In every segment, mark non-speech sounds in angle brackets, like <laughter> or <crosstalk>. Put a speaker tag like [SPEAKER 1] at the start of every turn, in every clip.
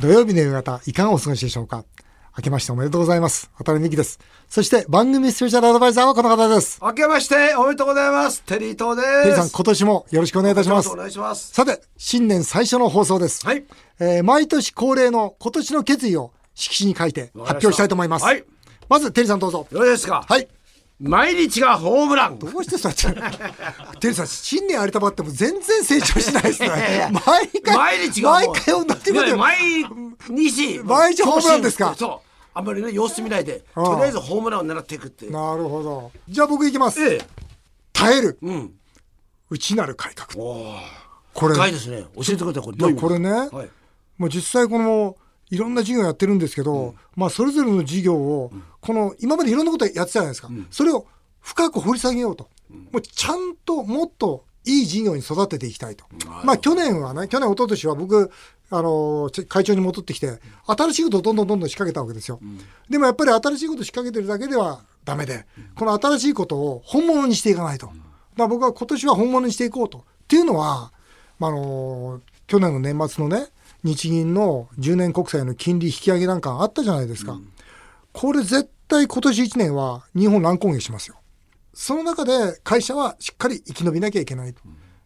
[SPEAKER 1] 土曜日の夕方、いかがお過ごしでしょうか明けましておめでとうございます。渡辺美希です。そして番組スペシャルアドバイザーはこの方です。
[SPEAKER 2] 明けましておめでとうございます。テリー東です。
[SPEAKER 1] テリーさん、今年もよろしくお願いいたします
[SPEAKER 2] お。願いします。
[SPEAKER 1] さて、新年最初の放送です。
[SPEAKER 2] はい
[SPEAKER 1] えー毎年恒例の今年の決意を色紙に書いて発表したいと思います。
[SPEAKER 2] はい
[SPEAKER 1] まず、テリーさんどうぞ。
[SPEAKER 2] よろしいですか。
[SPEAKER 1] はい。
[SPEAKER 2] 毎日がホームラン。
[SPEAKER 1] どうして
[SPEAKER 2] <laughs>
[SPEAKER 1] そうやって。テリーさん、新年ありたばっても全然成長しないですね。毎回、
[SPEAKER 2] 毎日がホーム
[SPEAKER 1] 毎回同じこ
[SPEAKER 2] い
[SPEAKER 1] と
[SPEAKER 2] や
[SPEAKER 1] よ
[SPEAKER 2] 毎日。
[SPEAKER 1] <laughs> 毎日ホームランですか
[SPEAKER 2] そう。あんまりね、様子見ないで、
[SPEAKER 1] ああ
[SPEAKER 2] とりあえずホームランを狙っていくっていう。
[SPEAKER 1] なるほど。じゃあ僕いきます。
[SPEAKER 2] ええ。
[SPEAKER 1] 耐える。
[SPEAKER 2] うん。
[SPEAKER 1] 内なる改革。
[SPEAKER 2] おお。
[SPEAKER 1] これ、
[SPEAKER 2] 深いですね。教えてください。これどういう意味
[SPEAKER 1] これね、
[SPEAKER 2] はい。
[SPEAKER 1] まあ、実際このいろんな授業やってるんですけど、まあ、それぞれの授業をこの今までいろんなことやってたじゃないですか、それを深く掘り下げようと、もうちゃんともっといい事業に育てていきたいと、まあ、去年はね去年一昨年は僕あのち会長に戻ってきて新しいことをどんどんどんどん仕掛けたわけですよ、でもやっぱり新しいことを仕掛けてるだけではダメでこの新しいことを本物にしていかないと、だから僕は今年は本物にしていこうとっていうのはまあ、あの去年の年末のね日銀の10年国債の金利引き上げなんかあったじゃないですか、これ絶対今年1年は日本乱高下しますよその中で会社はしっかり生き延びなきゃいけないと、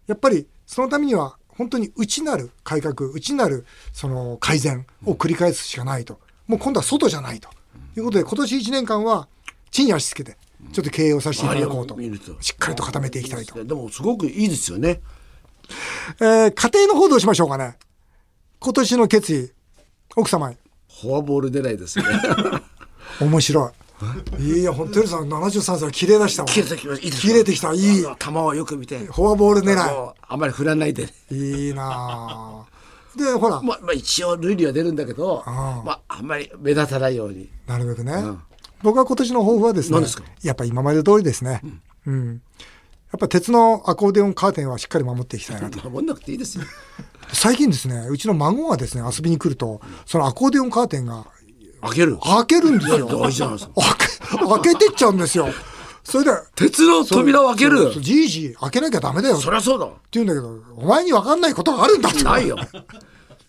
[SPEAKER 1] やっぱりそのためには本当に内なる改革内なるその改善を繰り返すしかないと、もう今度は外じゃないと、いうことで今年1年間は地に足つけてちょっと経営をさせていただこうと、
[SPEAKER 2] 周りを見ると
[SPEAKER 1] しっかりと固めていきたいと
[SPEAKER 2] でもすごくいいですよね。
[SPEAKER 1] えー家庭の報道しましょうかね。今年の決意、奥様へ。
[SPEAKER 2] フォアボール出ないで
[SPEAKER 1] <laughs>
[SPEAKER 2] すね。
[SPEAKER 1] 面白い。いや、本当にさん、73歳、綺麗出したもん。
[SPEAKER 2] 切れてきました。いいですか
[SPEAKER 1] 切れてきた、いい。
[SPEAKER 2] 球をよく見て。
[SPEAKER 1] フォアボール狙
[SPEAKER 2] そうあまり振らないでね。
[SPEAKER 1] い。いいなぁ。で、ほら、
[SPEAKER 2] まあ、まあ、一応類には出るんだけど、
[SPEAKER 1] あ
[SPEAKER 2] まあ、あんまり目立たないように。
[SPEAKER 1] なるべくね、
[SPEAKER 2] ん
[SPEAKER 1] 僕は今年の抱負はですね
[SPEAKER 2] 何ですか
[SPEAKER 1] やっぱ今まで通りですね、うんやっぱ鉄のアコーディオンカーテンはしっかり守っていきたいなと
[SPEAKER 2] 守んなくていいですよ。
[SPEAKER 1] 最近ですねうちの孫がですね遊びに来るとそのアコーディオンカーテンが
[SPEAKER 2] <laughs> 開ける。
[SPEAKER 1] 開けるんですよ
[SPEAKER 2] 大事じゃないですか。
[SPEAKER 1] 開け開けてっちゃうんですよそれで
[SPEAKER 2] <laughs> 鉄の扉を開ける。
[SPEAKER 1] そうじいじい開けなきゃダメだよって
[SPEAKER 2] そりゃそうだ。
[SPEAKER 1] 言うんだけどお前に分かんないことがあるんだって
[SPEAKER 2] ない <laughs> よ。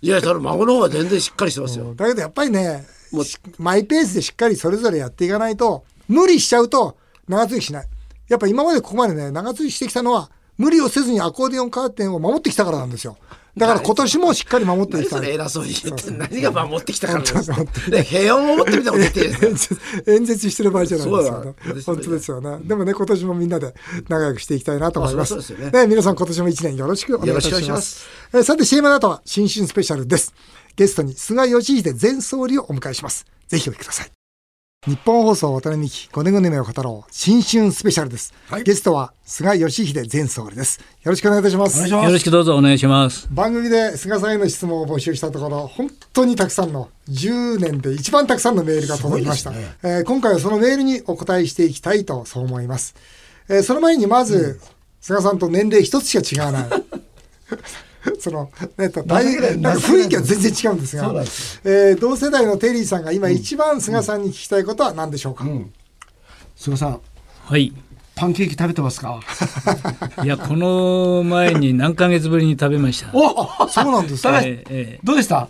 [SPEAKER 2] いや、その孫の方が全然しっかりしてますよ。
[SPEAKER 1] だけどやっぱりね
[SPEAKER 2] もう
[SPEAKER 1] しマイペースでしっかりそれぞれやっていかないと無理しちゃうと長続きしないやっぱ今までここまでね長続きしてきたのは無理をせずにアコーディオンカーテンを守ってきたからなんですよだから今年もしっかり守ってい
[SPEAKER 2] 何
[SPEAKER 1] きた
[SPEAKER 2] そ
[SPEAKER 1] い
[SPEAKER 2] れ偉そうに言って、何が守ってきたからなんです
[SPEAKER 1] 本
[SPEAKER 2] かで平穏を持ってみたこと言っていいです <laughs> か
[SPEAKER 1] <laughs> 演説演説してる場合じゃないですよね
[SPEAKER 2] そうだ。
[SPEAKER 1] 本当ですよね。でもね、今年もみんなで仲良くしていきたいなと思います。
[SPEAKER 2] あそうですよね
[SPEAKER 1] 皆さん今年も一年よろしくお願いいたします。
[SPEAKER 2] よろしくお願いします
[SPEAKER 1] えーさて CM の後は新春スペシャルです。ゲストに菅義偉前総理をお迎えします。ぜひお聞きください。日本放送渡辺美希5年後の夢を語ろう新春スペシャルです、
[SPEAKER 2] はい
[SPEAKER 1] ゲストは菅義偉前総理ですよろしくお願いいたします
[SPEAKER 2] しま
[SPEAKER 3] よろしくどうぞお願いします。
[SPEAKER 1] 番組で菅さんへの質問を募集したところ本当にたくさんの10年で一番たくさんのメールが届きました、
[SPEAKER 2] すごいです
[SPEAKER 1] えー今回はそのメールにお答えしていきたいとそう思います、えーその前にまず、菅さんと年齢一つしか違わない <laughs> その、ね、とだいぶ <laughs> なんか雰囲気は全然違うんですがえー同世代のテリーさんが今一番菅さんに聞きたいことは何でしょうか、
[SPEAKER 2] 菅さん、
[SPEAKER 3] はい。
[SPEAKER 2] パンケーキ食べてますか <laughs>
[SPEAKER 3] いや、この前に何ヶ月ぶりに食べました。
[SPEAKER 2] お
[SPEAKER 1] そうなんですか、
[SPEAKER 3] えええ
[SPEAKER 2] どうでした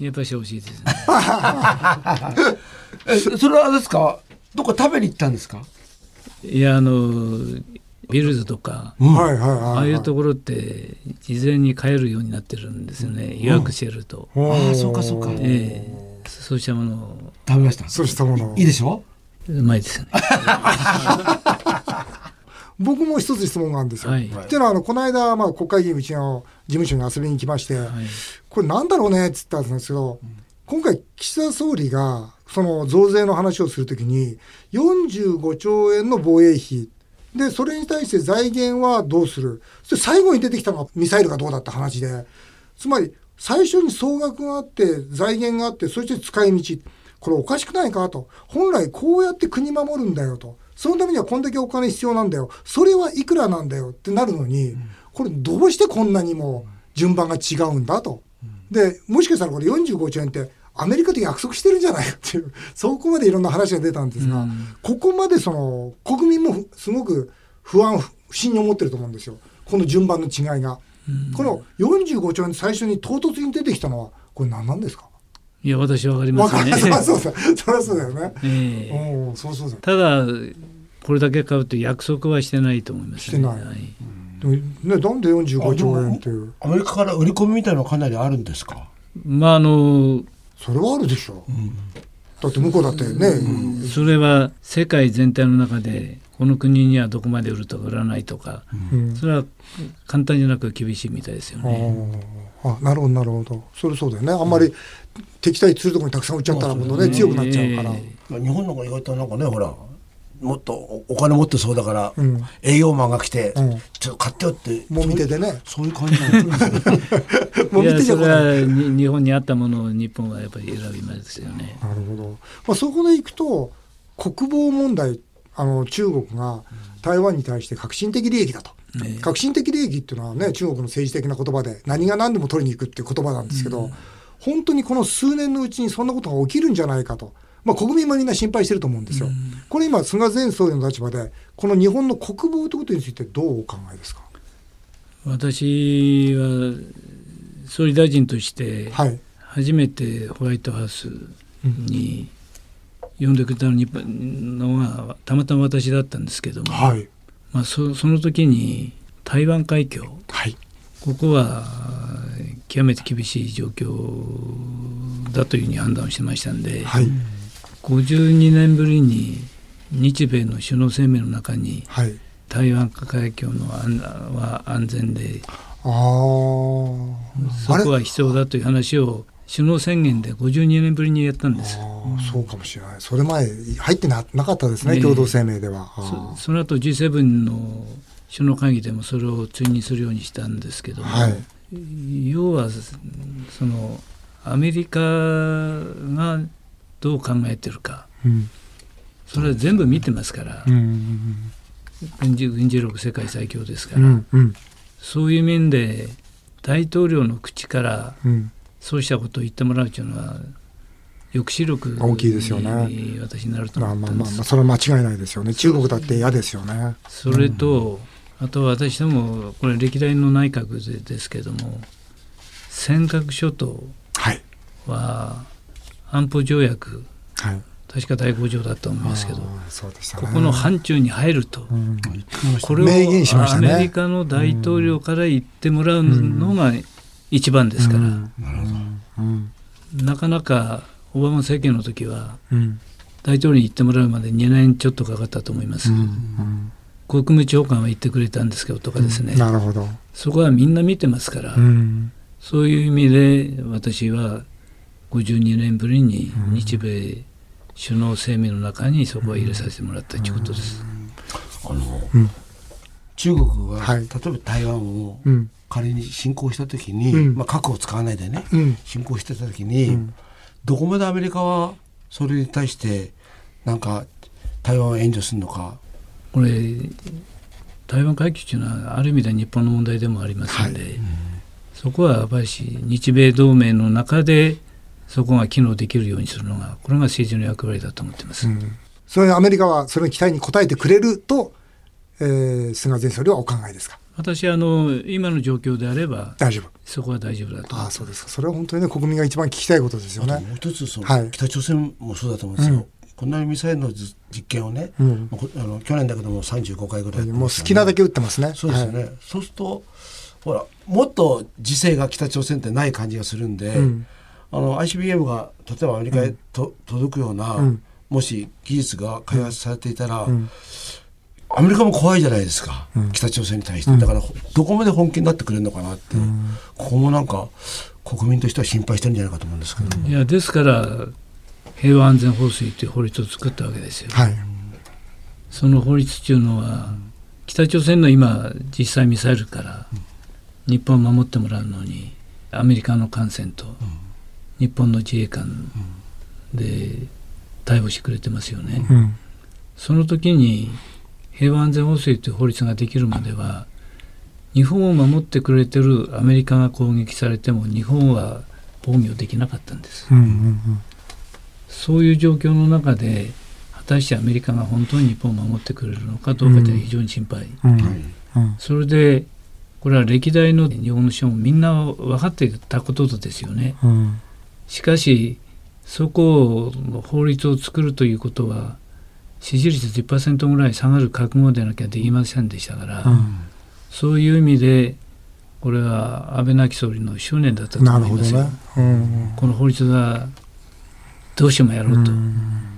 [SPEAKER 3] えやっぱし美味しいですね。
[SPEAKER 2] え、それはあれですかどこ食べに行ったんですか
[SPEAKER 3] いや、あの、ビルズとか、
[SPEAKER 1] はいはいはい、はい、
[SPEAKER 3] ああいうところって、事前に買えるようになってるんですよね。予約してると。
[SPEAKER 2] ああ、そうかそうか。
[SPEAKER 3] ええそうしたもの、
[SPEAKER 2] 食べました。
[SPEAKER 1] そうしたものを
[SPEAKER 2] いいでしょ
[SPEAKER 3] うまいですよね。
[SPEAKER 1] 僕も一つ質問があるんですよ。
[SPEAKER 3] はい
[SPEAKER 1] っていうのはあのこの間、まあ、国会議員うちの事務所に遊びに来まして、これなんだろうねって言ったんですけど、今回岸田総理がその増税の話をするときに45兆円の防衛費でそれに対して財源はどうするそれ最後に出てきたのはミサイルがどうだって話でつまり最初に総額があって財源があってそして使い道これおかしくないかと本来こうやって国守るんだよとそのためにはこんだけお金必要なんだよそれはいくらなんだよってなるのに、これどうしてこんなにも順番が違うんだと。でもしかしたらこれ45兆円ってアメリカと約束してるんじゃないかっていう <laughs> そこまでいろんな話が出たんですが、ここまでその国民もふすごく不安不不信に思ってると思うんですよこの順番の違いが、この45兆円最初に唐突に出てきたのはこれ何なんですか
[SPEAKER 3] いや私は分かりま
[SPEAKER 1] わ
[SPEAKER 3] す
[SPEAKER 1] か
[SPEAKER 3] ね
[SPEAKER 1] る。そりゃそうだ。 <laughs> そりゃそうだよね。
[SPEAKER 3] <laughs> ええ
[SPEAKER 1] うんうん、そうそうだよ。
[SPEAKER 3] ただこれだけ買うという約束はしてないと思いま
[SPEAKER 1] し
[SPEAKER 3] す、ね、
[SPEAKER 1] てない
[SPEAKER 3] はい
[SPEAKER 1] でもね、なんで45兆円っていう。
[SPEAKER 2] アメリカから売り込みみたいなのはかなりあるんですか。
[SPEAKER 3] まああの
[SPEAKER 1] それはあるでしょ。だって向こうだってね、
[SPEAKER 3] それは世界全体の中でこの国にはどこまで売るとか売らないとか、
[SPEAKER 1] うん
[SPEAKER 3] それは簡単じゃなく厳しいみたいですよね。
[SPEAKER 1] あーあなるほどなるほどそれそうだよねあんまり敵対するところにたくさん売っちゃったらもうね、強くなっちゃうから、
[SPEAKER 3] ええ
[SPEAKER 2] 日本の方が意外となんかねほらもっとおお金持ってそうだから、
[SPEAKER 1] ん
[SPEAKER 2] 営業マンが来て、
[SPEAKER 1] うん
[SPEAKER 2] ちょっと買ってよって
[SPEAKER 1] もみ手でね
[SPEAKER 2] そういうそういう感じなんです
[SPEAKER 1] <laughs>
[SPEAKER 2] よね
[SPEAKER 1] もみ
[SPEAKER 3] いや
[SPEAKER 1] 手じゃ
[SPEAKER 3] そ
[SPEAKER 1] 来
[SPEAKER 3] れ
[SPEAKER 1] ない
[SPEAKER 3] はに日本にあったものを日本はやっぱり選びますよね。
[SPEAKER 1] なるほど、まあ、そこでいくと国防問題あの中国が台湾に対して革新的利益だと、革新的利益っていうのはね中国の政治的な言葉で何が何でも取りに行くっていう言葉なんですけど、本当にこの数年のうちにそんなことが起きるんじゃないかと、まあ、国民もみんな心配してると思うんですよ。これ今菅前総理の立場でこの日本の国防ということについてどうお考えですか
[SPEAKER 3] 私は総理大臣として
[SPEAKER 1] はい、
[SPEAKER 3] 初めてホワイトハウスに呼んでくれたのにのがたまたま私だったんですけども、
[SPEAKER 1] はい
[SPEAKER 3] まあ、そその時に台湾海峡
[SPEAKER 1] はい
[SPEAKER 3] ここは極めて厳しい状況だというふうに判断をしてましたんで、
[SPEAKER 1] はい
[SPEAKER 3] 52年ぶりに日米の首脳声明の中に
[SPEAKER 1] はい
[SPEAKER 3] 台湾海峡の安は安全で
[SPEAKER 1] あー
[SPEAKER 3] そこは必要だという話を首脳宣言で52年ぶりにやったんです。
[SPEAKER 1] ああそうかもしれない。それ前入ってななかったですね、
[SPEAKER 3] ね
[SPEAKER 1] 共同声明では。
[SPEAKER 3] そ
[SPEAKER 1] あ
[SPEAKER 3] その後 G7 の首脳会議でもそれを追認するようにしたんですけど
[SPEAKER 1] あ
[SPEAKER 3] も、
[SPEAKER 1] はい。
[SPEAKER 3] 要はそのアメリカがどう考えてるか
[SPEAKER 1] うん
[SPEAKER 3] それは全部見てますから、
[SPEAKER 1] うん
[SPEAKER 3] 軍事軍事力世界最強ですか
[SPEAKER 1] う
[SPEAKER 3] ら、
[SPEAKER 1] んうん
[SPEAKER 3] そういう面で大統領の口から
[SPEAKER 1] うん
[SPEAKER 3] そうしたことを言ってもらうというのは抑止力に
[SPEAKER 1] 大きいですよね
[SPEAKER 3] 私になると
[SPEAKER 1] まあ
[SPEAKER 3] 思
[SPEAKER 1] まあ
[SPEAKER 3] ったん
[SPEAKER 1] ま
[SPEAKER 3] で
[SPEAKER 1] あ
[SPEAKER 3] す
[SPEAKER 1] まあそれは間違いないですよね。中国だって嫌ですよね。
[SPEAKER 3] それと、あと私どもこれ歴代の内閣でですけども尖閣諸島
[SPEAKER 1] はい
[SPEAKER 3] は安保条約
[SPEAKER 1] はい。
[SPEAKER 3] 確か第5条だと思いますけど
[SPEAKER 1] ああそうでしたね。
[SPEAKER 3] ここの範疇に入ると、
[SPEAKER 1] うん
[SPEAKER 3] これを
[SPEAKER 1] 明言しましたね
[SPEAKER 3] アメリカの大統領から言ってもらうのが一番ですから、
[SPEAKER 1] うん
[SPEAKER 3] なかなかオバマ政権の時は
[SPEAKER 1] うん
[SPEAKER 3] 大統領に言ってもらうまで2年ちょっとかかったと思います、
[SPEAKER 1] うん
[SPEAKER 3] 国務長官は言ってくれたんですけどとかですね、
[SPEAKER 1] なるほど。
[SPEAKER 3] そこはみんな見てますから、
[SPEAKER 1] うん
[SPEAKER 3] そういう意味で私は52年ぶりに日米首脳声明の中にそこは入れさせてもらったということです。
[SPEAKER 2] あの、
[SPEAKER 1] うん
[SPEAKER 2] 中国が、
[SPEAKER 1] はい
[SPEAKER 2] 例えば台湾を
[SPEAKER 1] うん
[SPEAKER 2] 仮に侵攻した時に、
[SPEAKER 1] うん
[SPEAKER 2] まあ核を使わないでね、
[SPEAKER 1] うん
[SPEAKER 2] 侵攻してた時に、
[SPEAKER 1] うん
[SPEAKER 2] どこまでアメリカはそれに対してなんか台湾を援助するのか
[SPEAKER 3] これ台湾海峡というのはある意味では日本の問題でもありますので、そこはやっぱり日米同盟の中でそこが機能できるようにするのがこれが政治の役割だと思ってます。
[SPEAKER 1] うんそれにアメリカはそれに期待に応えてくれると、えー菅前総理はお考えですか。
[SPEAKER 3] 私あの今の状況であれば
[SPEAKER 1] 大丈夫。
[SPEAKER 3] そこは大丈夫だと
[SPEAKER 1] ああそうですか。それは本当にね国民が一番聞きたいことですよ
[SPEAKER 2] あと
[SPEAKER 1] ね。
[SPEAKER 2] もう一つその、
[SPEAKER 1] はい
[SPEAKER 2] 北朝鮮もそうだと思うんですよ、こんなにミサイルの実験をね、
[SPEAKER 1] うん
[SPEAKER 2] まあこあの去年だけども35回ぐらいやって
[SPEAKER 1] もう
[SPEAKER 2] ま
[SPEAKER 1] 好
[SPEAKER 2] す
[SPEAKER 1] き
[SPEAKER 2] から
[SPEAKER 1] な
[SPEAKER 2] ね、
[SPEAKER 1] だけ打ってますね。
[SPEAKER 2] そうですよね、そうするとほらもっと時勢が北朝鮮ってない感じがするんで、
[SPEAKER 1] うん
[SPEAKER 2] あの ICBM が例えばアメリカへと、届くような、
[SPEAKER 1] うん
[SPEAKER 2] もし技術が開発されていたら、
[SPEAKER 1] ん
[SPEAKER 2] アメリカも怖いじゃないですか、北朝鮮に対して、だからどこまで本気になってくれるのかなって、ここもなんか国民としては心配してるんじゃないかと思うんですけど、
[SPEAKER 3] いやですから平和安全法制という法律を作ったわけですよ。
[SPEAKER 1] はい。
[SPEAKER 3] その法律というのは北朝鮮の今実際ミサイルから日本を守ってもらうのにアメリカの艦船と日本の自衛官で対応してくれてますよね。
[SPEAKER 1] うん。
[SPEAKER 3] その時に平和安全法制という法律ができるまでは日本を守ってくれてるアメリカが攻撃されても日本は防御できなかったんです。
[SPEAKER 1] うんうん
[SPEAKER 3] そういう状況の中で果たしてアメリカが本当に日本を守ってくれるのかどうかというのは非常に心配、
[SPEAKER 1] うん。
[SPEAKER 2] はい
[SPEAKER 1] うん。
[SPEAKER 3] それでこれは歴代の日本の首相もみんな分かっていたことですよね
[SPEAKER 1] うん。
[SPEAKER 3] しかしそこを法律を作るということは支持率10%ぐらい下がる覚悟でなきゃできませんでしたから、そういう意味でこれは安倍亡き総理の執念だったと
[SPEAKER 1] なる
[SPEAKER 3] 思い
[SPEAKER 1] ほど
[SPEAKER 3] ますよ、
[SPEAKER 1] ね。うん
[SPEAKER 3] この法律はどうしてもやろ
[SPEAKER 1] う
[SPEAKER 3] うと、
[SPEAKER 1] ん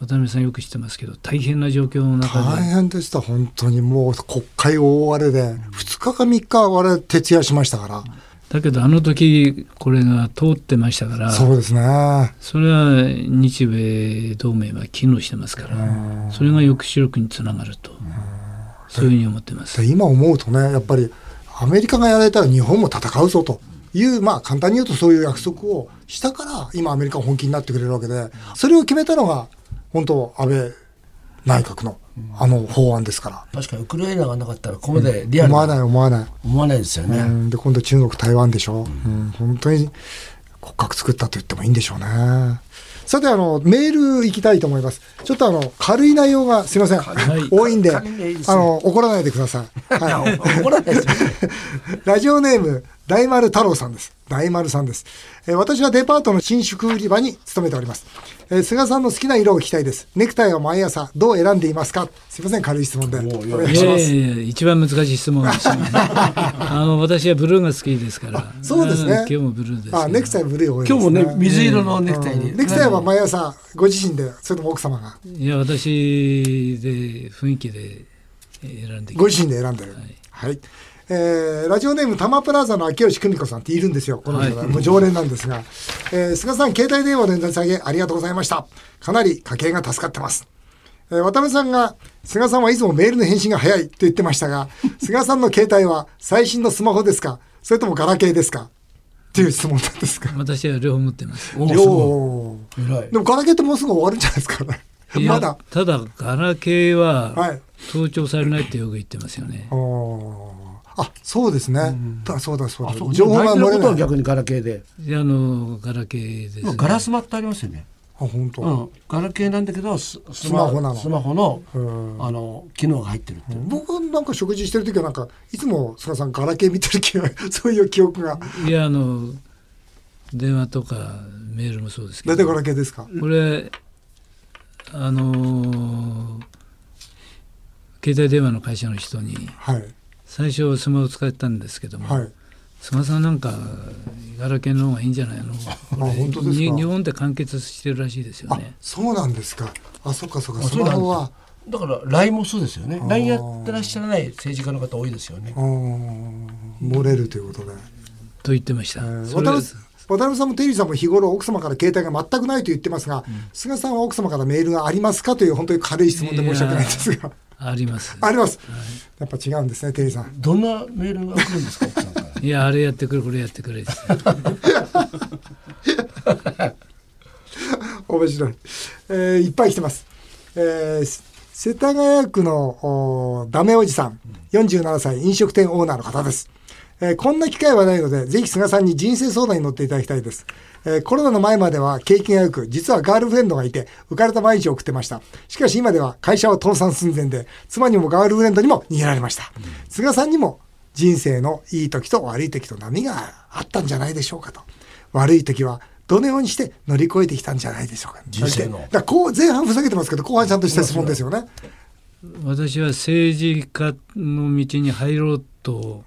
[SPEAKER 3] 渡辺さんよく知ってますけど大変な状況の中
[SPEAKER 1] 大
[SPEAKER 3] で
[SPEAKER 1] 変でした、本当にもう国会大荒れで、2日か3日、我々徹夜しましたか
[SPEAKER 3] だけどあの時これが通ってましたから
[SPEAKER 1] ら、そうですね、
[SPEAKER 3] それは日米同盟は機能してますからそれが抑止力につながるとそういうふうに思ってます
[SPEAKER 1] で。今思うとね、やっぱりアメリカがやられたら日本も戦うぞという、まあ、簡単に言うとそういう約束をしたから、今、アメリカが本気になってくれるわけで、それを決めたのが、本当、安倍内閣のあの法案ですから。
[SPEAKER 2] 確かにウクライナがなかったらここまでリアル
[SPEAKER 1] 思わ
[SPEAKER 2] な
[SPEAKER 1] ない思わない、
[SPEAKER 2] 思わないですよね、
[SPEAKER 1] うんで今度中国台湾でしょ、うん本当に骨格作ったと言ってもいいんでしょうねさてあのメール行きたいと思いますちょっとあの軽い内容がすいません、
[SPEAKER 3] い
[SPEAKER 1] 多いんで
[SPEAKER 2] 軽いのいいですね
[SPEAKER 1] あの怒らないでください、
[SPEAKER 2] いや <laughs>
[SPEAKER 1] はい、
[SPEAKER 2] 怒らないですよね
[SPEAKER 1] <laughs> ラジオネーム大丸太郎さんです大丸さんです、えー私はデパートの新宿売り場に勤めております、えー菅さんの好きな色を聞きたいですネクタイは毎朝どう選んでいますかすいません軽い質問で
[SPEAKER 2] おー
[SPEAKER 1] お願い
[SPEAKER 3] い
[SPEAKER 1] し
[SPEAKER 3] や
[SPEAKER 1] ま
[SPEAKER 3] いや
[SPEAKER 1] す
[SPEAKER 3] いや一番難しい質問で
[SPEAKER 1] <laughs>
[SPEAKER 3] したねあの私はブルーが好きですから
[SPEAKER 1] そうですね
[SPEAKER 3] ん今日もブルーですけど
[SPEAKER 1] あネクタイブルー多いです、
[SPEAKER 2] 今日もね水色のネクタイに、
[SPEAKER 1] ネクタイは毎朝ご自身でそれとも奥様が
[SPEAKER 3] いや私で雰囲気で選んでき
[SPEAKER 1] ご
[SPEAKER 3] ま
[SPEAKER 1] 自身で選んでるはい、えーラジオネームタマプラザの秋吉久美子さんっているんですよこの人が、
[SPEAKER 3] はい
[SPEAKER 1] もう常連なんですが、えー菅さん携帯電話の値段下げありがとうございましたかなり家計が助かってますえー渡辺さんが菅さんはいつもメールの返信が早いと言ってました
[SPEAKER 3] <laughs>
[SPEAKER 1] が菅さんの携帯は最新のスマホですかそれともガラケーですかっていう質問なんですが
[SPEAKER 3] 私は両方持ってます
[SPEAKER 2] お
[SPEAKER 1] 両
[SPEAKER 2] お
[SPEAKER 1] 方
[SPEAKER 2] すごい偉
[SPEAKER 1] <laughs>
[SPEAKER 2] い
[SPEAKER 1] でもガラケーってもうすぐ終わるんじゃないですかね
[SPEAKER 3] いや
[SPEAKER 1] まだ
[SPEAKER 3] ただガラケー
[SPEAKER 1] は
[SPEAKER 3] はい盗聴されないってよく言ってますよね、
[SPEAKER 1] おーあそうですね、だそうだそうだ
[SPEAKER 2] 情
[SPEAKER 1] 情報
[SPEAKER 2] 報
[SPEAKER 1] が
[SPEAKER 2] が
[SPEAKER 1] 漏れ
[SPEAKER 2] 漏れことは
[SPEAKER 1] ないあ
[SPEAKER 2] 逆にガラケーで
[SPEAKER 3] いやあのガラケーです、ね、
[SPEAKER 2] ガラスマってありますよね
[SPEAKER 1] 本当、
[SPEAKER 2] うん、ガラケーなんだけどスス
[SPEAKER 1] スマホなの
[SPEAKER 2] スマホの
[SPEAKER 1] うん
[SPEAKER 2] あの機能が入ってるっていう、
[SPEAKER 1] 僕はなんか食事してる時はなんかいつも菅さんガラケー見てる気が <laughs> そういう記憶が
[SPEAKER 3] いやあの電話とかメールもそうですけ
[SPEAKER 1] 大体ガ
[SPEAKER 3] ど
[SPEAKER 1] ラケーですか、
[SPEAKER 3] これあのー携帯電話の会社の人に
[SPEAKER 1] はい
[SPEAKER 3] 最初スマホ使ったんですけども、
[SPEAKER 1] はい
[SPEAKER 3] 菅さんなんかガラケーの方がいいんじゃないの
[SPEAKER 1] あ本当です
[SPEAKER 3] に
[SPEAKER 1] か
[SPEAKER 3] 日本で完結してるらしいですよ
[SPEAKER 1] あ
[SPEAKER 3] ね
[SPEAKER 1] そうなんですかあそっかそっか
[SPEAKER 2] あ
[SPEAKER 1] ス
[SPEAKER 2] そう
[SPEAKER 1] マ
[SPEAKER 2] なんだ
[SPEAKER 1] ホは
[SPEAKER 2] だから LINE もそうですよね LINE やってらっしゃらない政治家の方多いですよね
[SPEAKER 1] うーん漏れるということで、
[SPEAKER 3] と言ってました、
[SPEAKER 1] えー
[SPEAKER 3] そ
[SPEAKER 1] 渡
[SPEAKER 3] れ
[SPEAKER 1] 辺渡辺さんもテリーさんも日頃奥様から携帯が全くないと言ってますが、菅さんは奥様からメールがありますかという本当に軽い質問で申し訳ないんですが
[SPEAKER 3] あります
[SPEAKER 1] あります、やっぱ違うんですねテリーさん
[SPEAKER 2] どんなメールが来るんですか奥さん
[SPEAKER 1] <laughs>
[SPEAKER 2] から
[SPEAKER 3] いやあれやってくれこれやってくれです
[SPEAKER 1] 面白い、えーいっぱい来てます、えーせ世田谷区のおーダメおじさん47歳飲食店オーナーの方です、えーこんな機会はないのでぜひ菅さんに人生相談に乗っていただきたいです、えーコロナの前までは景気が良く実はガールフレンドがいて浮かれた毎日を送ってましたしかし今では会社は倒産寸前で妻にもガールフレンドにも逃げられました、菅さんにも人生のいい時と悪い時と波があったんじゃないでしょうかと悪い時はどのようにして乗り越えてきたんじゃないでしょうか
[SPEAKER 2] 人生の
[SPEAKER 1] だからこう前半ふざけてますけど後半ちゃんとした質問ですよね
[SPEAKER 3] 私は政治家の道に入ろうと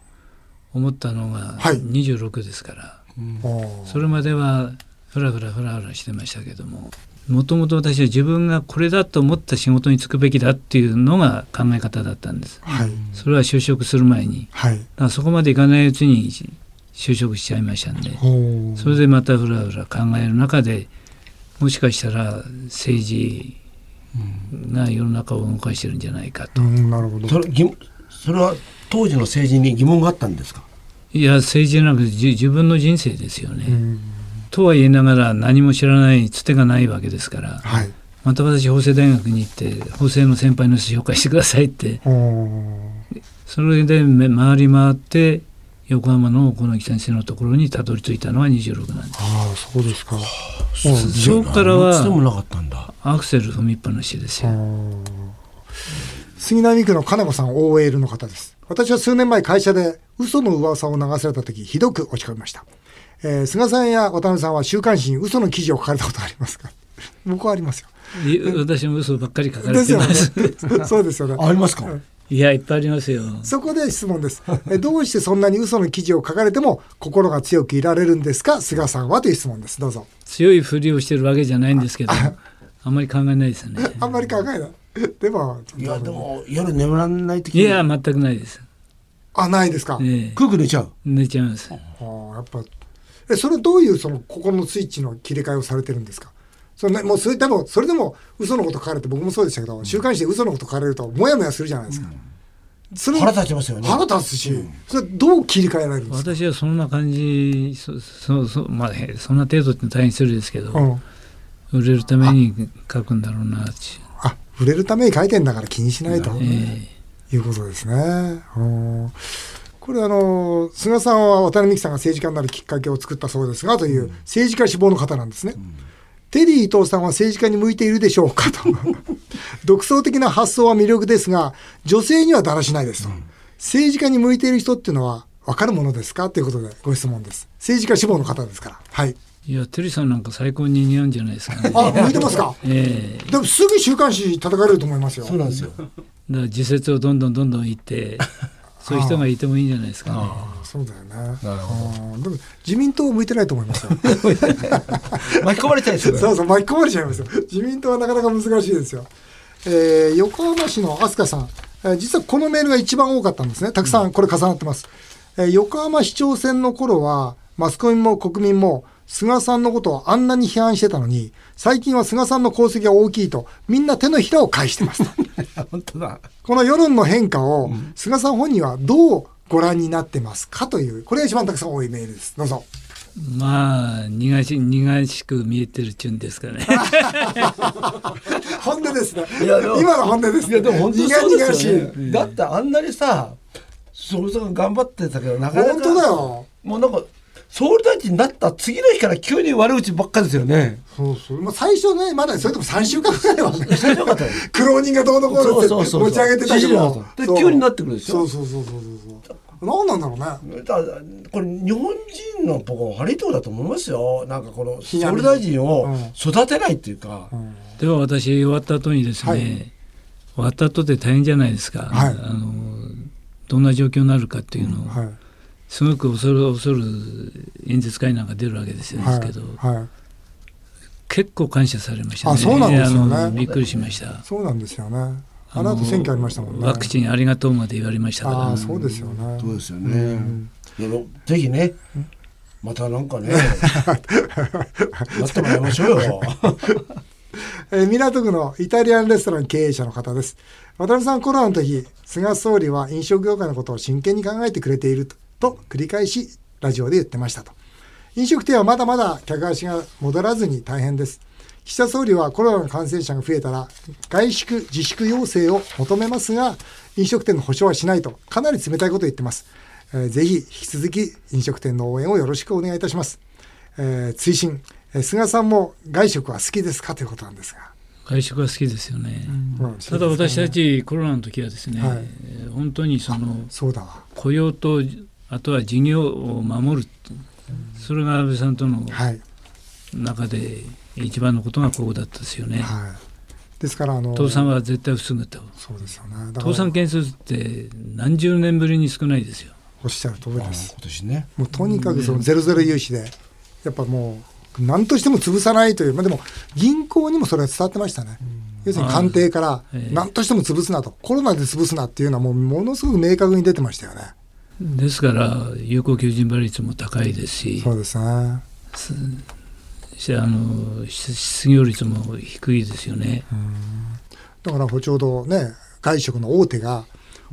[SPEAKER 3] 思ったのが
[SPEAKER 1] はい
[SPEAKER 3] 26ですから、
[SPEAKER 1] おー
[SPEAKER 3] それまではふらふらふらふらしてましたけどももともと私は自分がこれだと思った仕事に就くべきだっていうのが考え方だったんです
[SPEAKER 1] はい
[SPEAKER 3] それは就職する前に
[SPEAKER 1] はい
[SPEAKER 3] だからそこまでいかないうちに就職しちゃいましたんで
[SPEAKER 1] おー
[SPEAKER 3] それでまたふらふら考える中でもしかしたら政治が世の中を動かしてるんじゃないかと
[SPEAKER 1] うんなるほど
[SPEAKER 2] それ疑問それは当時の政治に疑問があったんですか
[SPEAKER 3] いや政治じゃなくてじ自分の人生ですよね、
[SPEAKER 1] うん
[SPEAKER 3] とは言いながら何も知らないつてがないわけですから
[SPEAKER 1] はい
[SPEAKER 3] また私法政大学に行って法政の先輩の人紹介してくださいって
[SPEAKER 1] おー
[SPEAKER 3] それでめ回り回って横浜のこの木先生のところにたどり着いたのは26なんです
[SPEAKER 1] ああそうですか
[SPEAKER 3] そそこから
[SPEAKER 2] あのつでも
[SPEAKER 3] は
[SPEAKER 2] なかったんだ
[SPEAKER 3] アクセル踏みっぱなしですよ
[SPEAKER 1] 杉並区の金子さん OL の方です私は数年前会社で嘘の噂を流された時ひどく落ち込みましたえー菅さんや渡辺さんは週刊誌に嘘の記事を書かれたことありますか僕はありますよ。
[SPEAKER 3] い私も嘘ばっかり書か
[SPEAKER 1] で
[SPEAKER 3] れ
[SPEAKER 1] す
[SPEAKER 3] て
[SPEAKER 1] よ
[SPEAKER 3] ま
[SPEAKER 1] ね
[SPEAKER 3] す。。
[SPEAKER 1] <laughs> そうですよね。
[SPEAKER 2] ありますか
[SPEAKER 3] <laughs> いや、いっぱいありますよ。
[SPEAKER 1] そこで質問です。えどうしてそんなに嘘の記事を書かれても心が強くいられるんですか菅さんはという質問です。どうぞ。
[SPEAKER 3] 強いふりをしてるわけじゃないんですけど、あんまり考えないですよね。
[SPEAKER 1] あんまり考えない。でも、
[SPEAKER 2] いやでも夜眠らない時
[SPEAKER 3] いや、全くないです。
[SPEAKER 1] あ、ないですか。
[SPEAKER 3] ええ
[SPEAKER 2] クークー寝ちゃう
[SPEAKER 3] 寝ちゃいます。
[SPEAKER 1] あーやっぱえそれどういうその心のスイッチの切り替えをされてるんですかそれ、ね、もうそれでもそれでも嘘のこと書かれて僕もそうでしたけど、週刊誌で嘘のこと書かれるともやもやするじゃないですか、それ
[SPEAKER 2] 腹立ちますよね
[SPEAKER 1] 腹立つし、それどう切り替えられるんですか、
[SPEAKER 3] 私はそんな感じ、そそそまあ、へそんな程度って大変失礼ですけど、
[SPEAKER 1] うん、
[SPEAKER 3] 売れるために書くんだろうなって
[SPEAKER 1] あ売れるために書いてんだから気にしないと
[SPEAKER 2] なるほど
[SPEAKER 3] え
[SPEAKER 2] ね
[SPEAKER 3] え
[SPEAKER 1] いうことですね。うんこれあの菅さんは渡辺美樹さんが政治家になるきっかけを作ったそうですがという政治家志望の方なんですね。テリー伊藤さんは政治家に向いているでしょう <laughs> かと独創的な発想は魅力ですが女性にはだらしないですと、政治家に向いている人っていうのは分かるものですかということでご質問です政治家志望の方ですからはい
[SPEAKER 3] いや、テリーさんなんか最高に似合うんじゃないですかね。
[SPEAKER 1] あ <laughs> 向いてますか
[SPEAKER 3] ええ
[SPEAKER 1] でもすぐ週刊誌叩かれると思いますよ
[SPEAKER 2] そうなんですよ
[SPEAKER 3] だから自説をどんどんどんどん言って、そういう人がいてもいいんじゃないですかね。
[SPEAKER 1] そうだよね
[SPEAKER 2] なるほ
[SPEAKER 1] うんでも自民党向いてないと思いますよ <laughs>
[SPEAKER 2] 巻き込まれちゃいそうだ
[SPEAKER 1] そ
[SPEAKER 2] よ
[SPEAKER 1] うそう、巻き込まれちゃいますよ。自民党はなかなか難しいですよ。えー横浜市の飛鳥さん、えー実はこのメールが一番多かったんですね。たくさんこれ重なってます。えー横浜市長選の頃は、マスコミも国民も菅さんのことをあんなに批判してたのに、最近は菅さんの功績が大きいと、みんな手のひらを返してますと。 <laughs>
[SPEAKER 2] 本当だ
[SPEAKER 1] この世論の変化を、菅さん本人はどうご覧になってますかという、これが一番たくさん多いメールです。どうぞ。
[SPEAKER 3] まあ、苦し、苦しく見えてるっちゅうんですかね。
[SPEAKER 1] 本音ですね。
[SPEAKER 2] いやでも
[SPEAKER 1] 今の本音です、
[SPEAKER 2] い
[SPEAKER 1] ね。
[SPEAKER 2] やでも本当にそうです
[SPEAKER 1] 苦々しい
[SPEAKER 2] よねだってあんなにさ総理さん頑張ってたけどなかなか
[SPEAKER 1] 本当だよ。
[SPEAKER 2] もうなんか総理大臣になった次の日から急に悪口ばっかりですよね
[SPEAKER 1] そうそう。まあ、最初ね、まだそれとも3週間ぐらいはね、
[SPEAKER 2] <laughs> 最初かったよ
[SPEAKER 1] 苦労人がどうのこうのって
[SPEAKER 2] そうそうそうそう
[SPEAKER 1] 持ち上げてたけ
[SPEAKER 2] 支持
[SPEAKER 1] ど
[SPEAKER 2] の。で急になってくるでしょ
[SPEAKER 1] そうそうそうそうそうそう。何なんだろうね。
[SPEAKER 2] だこれ日本人の僕は悪いところだと思いますよなんかこの
[SPEAKER 1] や
[SPEAKER 2] 総理大臣を
[SPEAKER 1] うん
[SPEAKER 2] 育てないっていうか、
[SPEAKER 3] では私、終わった後にですね、
[SPEAKER 1] はい
[SPEAKER 3] 終わった後って大変じゃないですか。
[SPEAKER 1] はい
[SPEAKER 3] あの、どんな状況になるかっていうのを、
[SPEAKER 1] はい。
[SPEAKER 3] すごく恐る恐る演説会なんか出るわけですよ、
[SPEAKER 1] は
[SPEAKER 3] ですけど、
[SPEAKER 1] い。はい。
[SPEAKER 3] 結構感謝されましたね。
[SPEAKER 1] あそうなんですよね
[SPEAKER 3] あのびっくりしました。
[SPEAKER 1] そうなんですよね。あ
[SPEAKER 3] の
[SPEAKER 1] の後選挙ありましたもんね。
[SPEAKER 3] ワクチンありがとうまで言われましたから。
[SPEAKER 1] ああ、そうですよね。
[SPEAKER 2] そうですよね、いやぜひねまたなんか <laughs> ねやってもらいましょう <laughs> よ
[SPEAKER 1] えー港区のイタリアンレストラン経営者の方です。渡辺さん、コロナの時、菅総理は飲食業界のことを真剣に考えてくれているとと繰り返しラジオで言ってましたと。飲食店はまだまだ客足が戻らずに大変です。岸田総理はコロナの感染者が増えたら外宿自粛要請を求めますが飲食店の保証はしないとかなり冷たいことを言ってます、えーぜひ引き続き飲食店の応援をよろしくお願いいたします、えー追伸、えー菅さんも外食は好きですかということなんですが
[SPEAKER 3] 外食は好きですよね。
[SPEAKER 1] うん
[SPEAKER 3] ただ私たちコロナの時はですね、
[SPEAKER 1] はい
[SPEAKER 3] えー本当にその
[SPEAKER 1] そうだわ
[SPEAKER 3] 雇用とあとは事業を守るそれが安倍さんとの
[SPEAKER 1] はい、
[SPEAKER 3] 中で一番のことがここだったですよね。
[SPEAKER 1] はい、ですからあの
[SPEAKER 3] 倒産は絶対防ぐと。
[SPEAKER 1] そうですよねだから
[SPEAKER 3] 倒産件数って何十年ぶりに少ないですよ。
[SPEAKER 1] おっしゃる通りです
[SPEAKER 2] 今年ね
[SPEAKER 1] もうとにかくそのゼロゼロ融資で、やっぱもう、何としても潰さないという、まあ、でも銀行にもそれは伝わってましたね。要するに官邸から
[SPEAKER 3] ええ
[SPEAKER 1] 何としても潰すなと、コロナで潰すなっていうのはもうものすごく明確に出てましたよね。
[SPEAKER 3] ですから有効求人倍率も高いですし
[SPEAKER 1] そうですね。
[SPEAKER 3] しあの失失業率も低いですよね。
[SPEAKER 1] だからちょうどね外食の大手が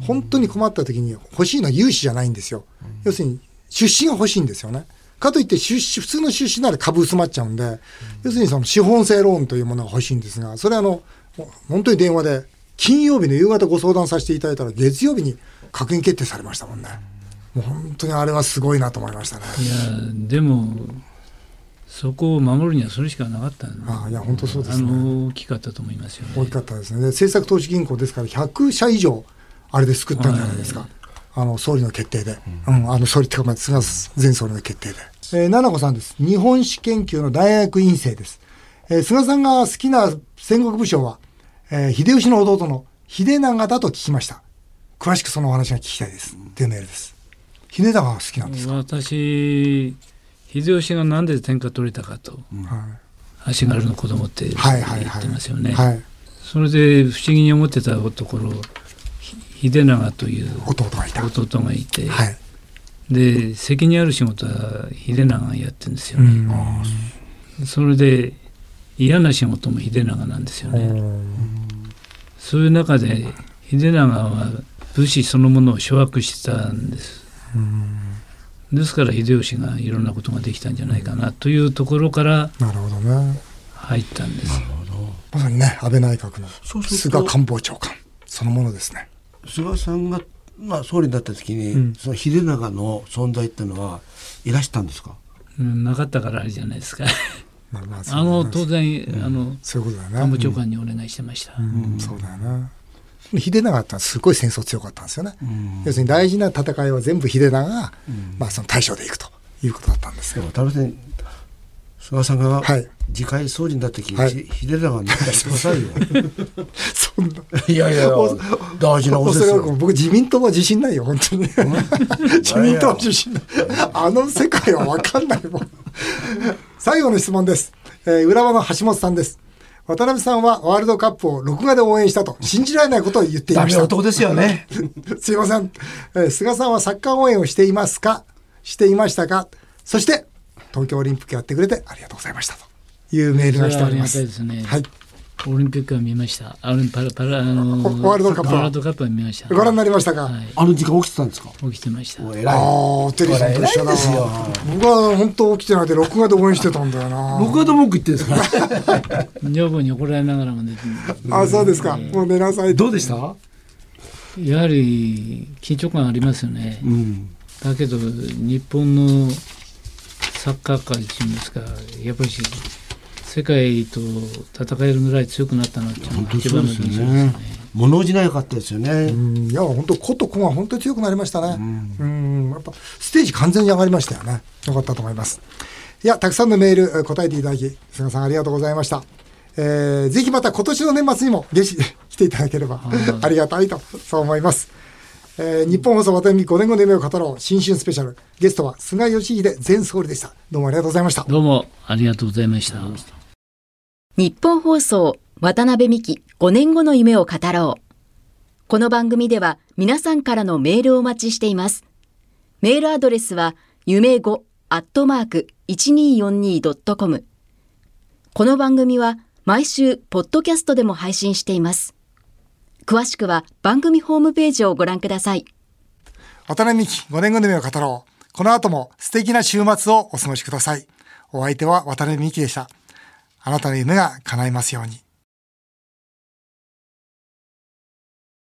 [SPEAKER 1] 本当に困った時に欲しいのは融資じゃないんですよ、要するに出資が欲しいんですよねかといって出資普通の出資なら株薄まっちゃうんで、要するにその資本性ローンというものが欲しいんですがそれあのも本当に電話で金曜日の夕方ご相談させていただいたら月曜日に閣議決定されましたもんね、もう本当にあれはすごいなと思いましたね、
[SPEAKER 3] いやでもそこを守るにはそれしかなかったんで
[SPEAKER 1] ああいや本当そうですね
[SPEAKER 3] あの大きかったと思いますよね。
[SPEAKER 1] 大きかったですね。で政策投資銀行ですから100社以上あれで救ったんじゃないですか。あの総理の決定で、うんあの総理っていうか、まあ菅前総理の決定で、えー、七子さんです日本史研究の大学院生です、えー菅さんが好きな戦国武将は、えー秀吉の弟の秀長だと聞きました詳しくそのお話が聞きたいです、っていうメールです秀長が好きなんですか、
[SPEAKER 3] 私秀吉がなんで天下取れたかと足軽の子供って言
[SPEAKER 1] はいはい
[SPEAKER 3] っ
[SPEAKER 1] はい
[SPEAKER 3] てますよね、
[SPEAKER 1] はい、
[SPEAKER 3] それで不思議に思ってたところひ秀長という
[SPEAKER 1] 弟がいた、は
[SPEAKER 3] 弟がいて、
[SPEAKER 1] い
[SPEAKER 3] で責任ある仕事は秀長がやってるんですよ
[SPEAKER 1] う
[SPEAKER 3] ね、
[SPEAKER 1] ん
[SPEAKER 3] それで嫌な仕事も秀長なんですよね、そういう中で秀長は武士そのものを掌握したんです。ですから秀吉がいろんなことができたんじゃないかなというところから
[SPEAKER 1] なるほどね
[SPEAKER 3] 入ったんです。
[SPEAKER 1] まさにね安倍内閣の
[SPEAKER 2] そうする
[SPEAKER 1] 菅
[SPEAKER 2] と
[SPEAKER 1] 官房長官そのものですね
[SPEAKER 2] 菅さんが、まあ、総理になった時に、
[SPEAKER 1] うん
[SPEAKER 2] その秀長の存在っていうのはいらしたんですか
[SPEAKER 3] うんなかったからあれじゃないですか。
[SPEAKER 1] まあまあそう
[SPEAKER 3] あの
[SPEAKER 1] そう
[SPEAKER 3] 当然、あの
[SPEAKER 1] そういうことだよね
[SPEAKER 3] 官房長官にお願いしてました。
[SPEAKER 1] うんそうだよな秀長ってのはすごい戦争強かったんですよね、
[SPEAKER 2] ん
[SPEAKER 1] 要するに大事な戦いは全部秀長が、まあその大将でいくということだったんです
[SPEAKER 2] で
[SPEAKER 1] よ、
[SPEAKER 2] も渡辺さん菅さんが
[SPEAKER 1] はい
[SPEAKER 2] 次回総理になった時、
[SPEAKER 1] はい
[SPEAKER 2] ひ秀長になってくださいよ
[SPEAKER 1] そんない
[SPEAKER 2] <laughs> やいや
[SPEAKER 1] お
[SPEAKER 2] 大事なことです
[SPEAKER 1] 恐
[SPEAKER 2] よ
[SPEAKER 1] れ多くも僕自民党は自信ないよ本当に自民党は自信ないあの世界は分かんないもん最後の質問です、えー浦和の橋本さんです渡辺さんはワールドカップを録画で応援したと信じられないことを言ってい
[SPEAKER 2] ダ
[SPEAKER 1] まし
[SPEAKER 2] メ
[SPEAKER 1] た
[SPEAKER 2] 男ですよね
[SPEAKER 1] <laughs> すいません、えー菅さんはサッカー応援をしていますかしていましたかそして東京オリンピックやってくれてありがとうございましたというメールが来ておりま
[SPEAKER 3] それ
[SPEAKER 1] す
[SPEAKER 3] はありがたいですね
[SPEAKER 1] はい
[SPEAKER 3] オリンピックは見ました。あのパラパラあの
[SPEAKER 1] ワールドカップは
[SPEAKER 3] ワールドカップは見ました。
[SPEAKER 1] ご覧になりましたか、
[SPEAKER 3] はい
[SPEAKER 2] あの時間起きてたんですか
[SPEAKER 3] 起きてました。
[SPEAKER 2] もう
[SPEAKER 3] い
[SPEAKER 2] 偉い
[SPEAKER 1] ああ、テリーさんと一緒だな。僕は本当起きてないで録画で応援してたんだよな。
[SPEAKER 2] 僕はと文句言ってるんですか
[SPEAKER 3] 女房に怒られながらも出て
[SPEAKER 1] あ、そうですか。もう寝なさい。
[SPEAKER 2] <laughs> どうでした
[SPEAKER 3] やはり緊張感ありますよね。
[SPEAKER 2] うん
[SPEAKER 3] だけど日本のサッカー界っていうんですかやっぱり世界と戦えるぐらい強くなったなっていうの
[SPEAKER 2] 本
[SPEAKER 3] が
[SPEAKER 2] 当
[SPEAKER 3] 一
[SPEAKER 2] そう
[SPEAKER 3] 番
[SPEAKER 2] で
[SPEAKER 3] の
[SPEAKER 2] す
[SPEAKER 3] 印象
[SPEAKER 2] よ
[SPEAKER 3] です
[SPEAKER 2] ね
[SPEAKER 3] ね。
[SPEAKER 2] 物おじなかったですよね
[SPEAKER 1] うんいや、本当ことこが本当に強くなりましたね。うん、やっぱステージ完全に上がりましたよね。よかったと思います。いや、たくさんのメールえー答えていただき、菅さんありがとうございました。えーぜひまた今年の年末にもゲス <laughs> 来ていただければ
[SPEAKER 3] い
[SPEAKER 1] ありがたいと、そう思います。えー日本放送渡辺美5年後の夢を語ろう新春スペシャルゲストは菅義偉前総理でしたどうもありがとうございました
[SPEAKER 3] どうもありがとうございました。
[SPEAKER 4] 日本放送渡辺美希5年後の夢を語ろう。この番組では皆さんからのメールをお待ちしています。メールアドレスは夢語アットマーク 1242.com この番組は毎週ポッドキャストでも配信しています。詳しくは番組ホームページをご覧ください。
[SPEAKER 1] 渡辺美希5年後の夢を語ろう。この後も素敵な週末をお過ごしください。お相手は渡辺美希でした。あなたの夢が叶いますように。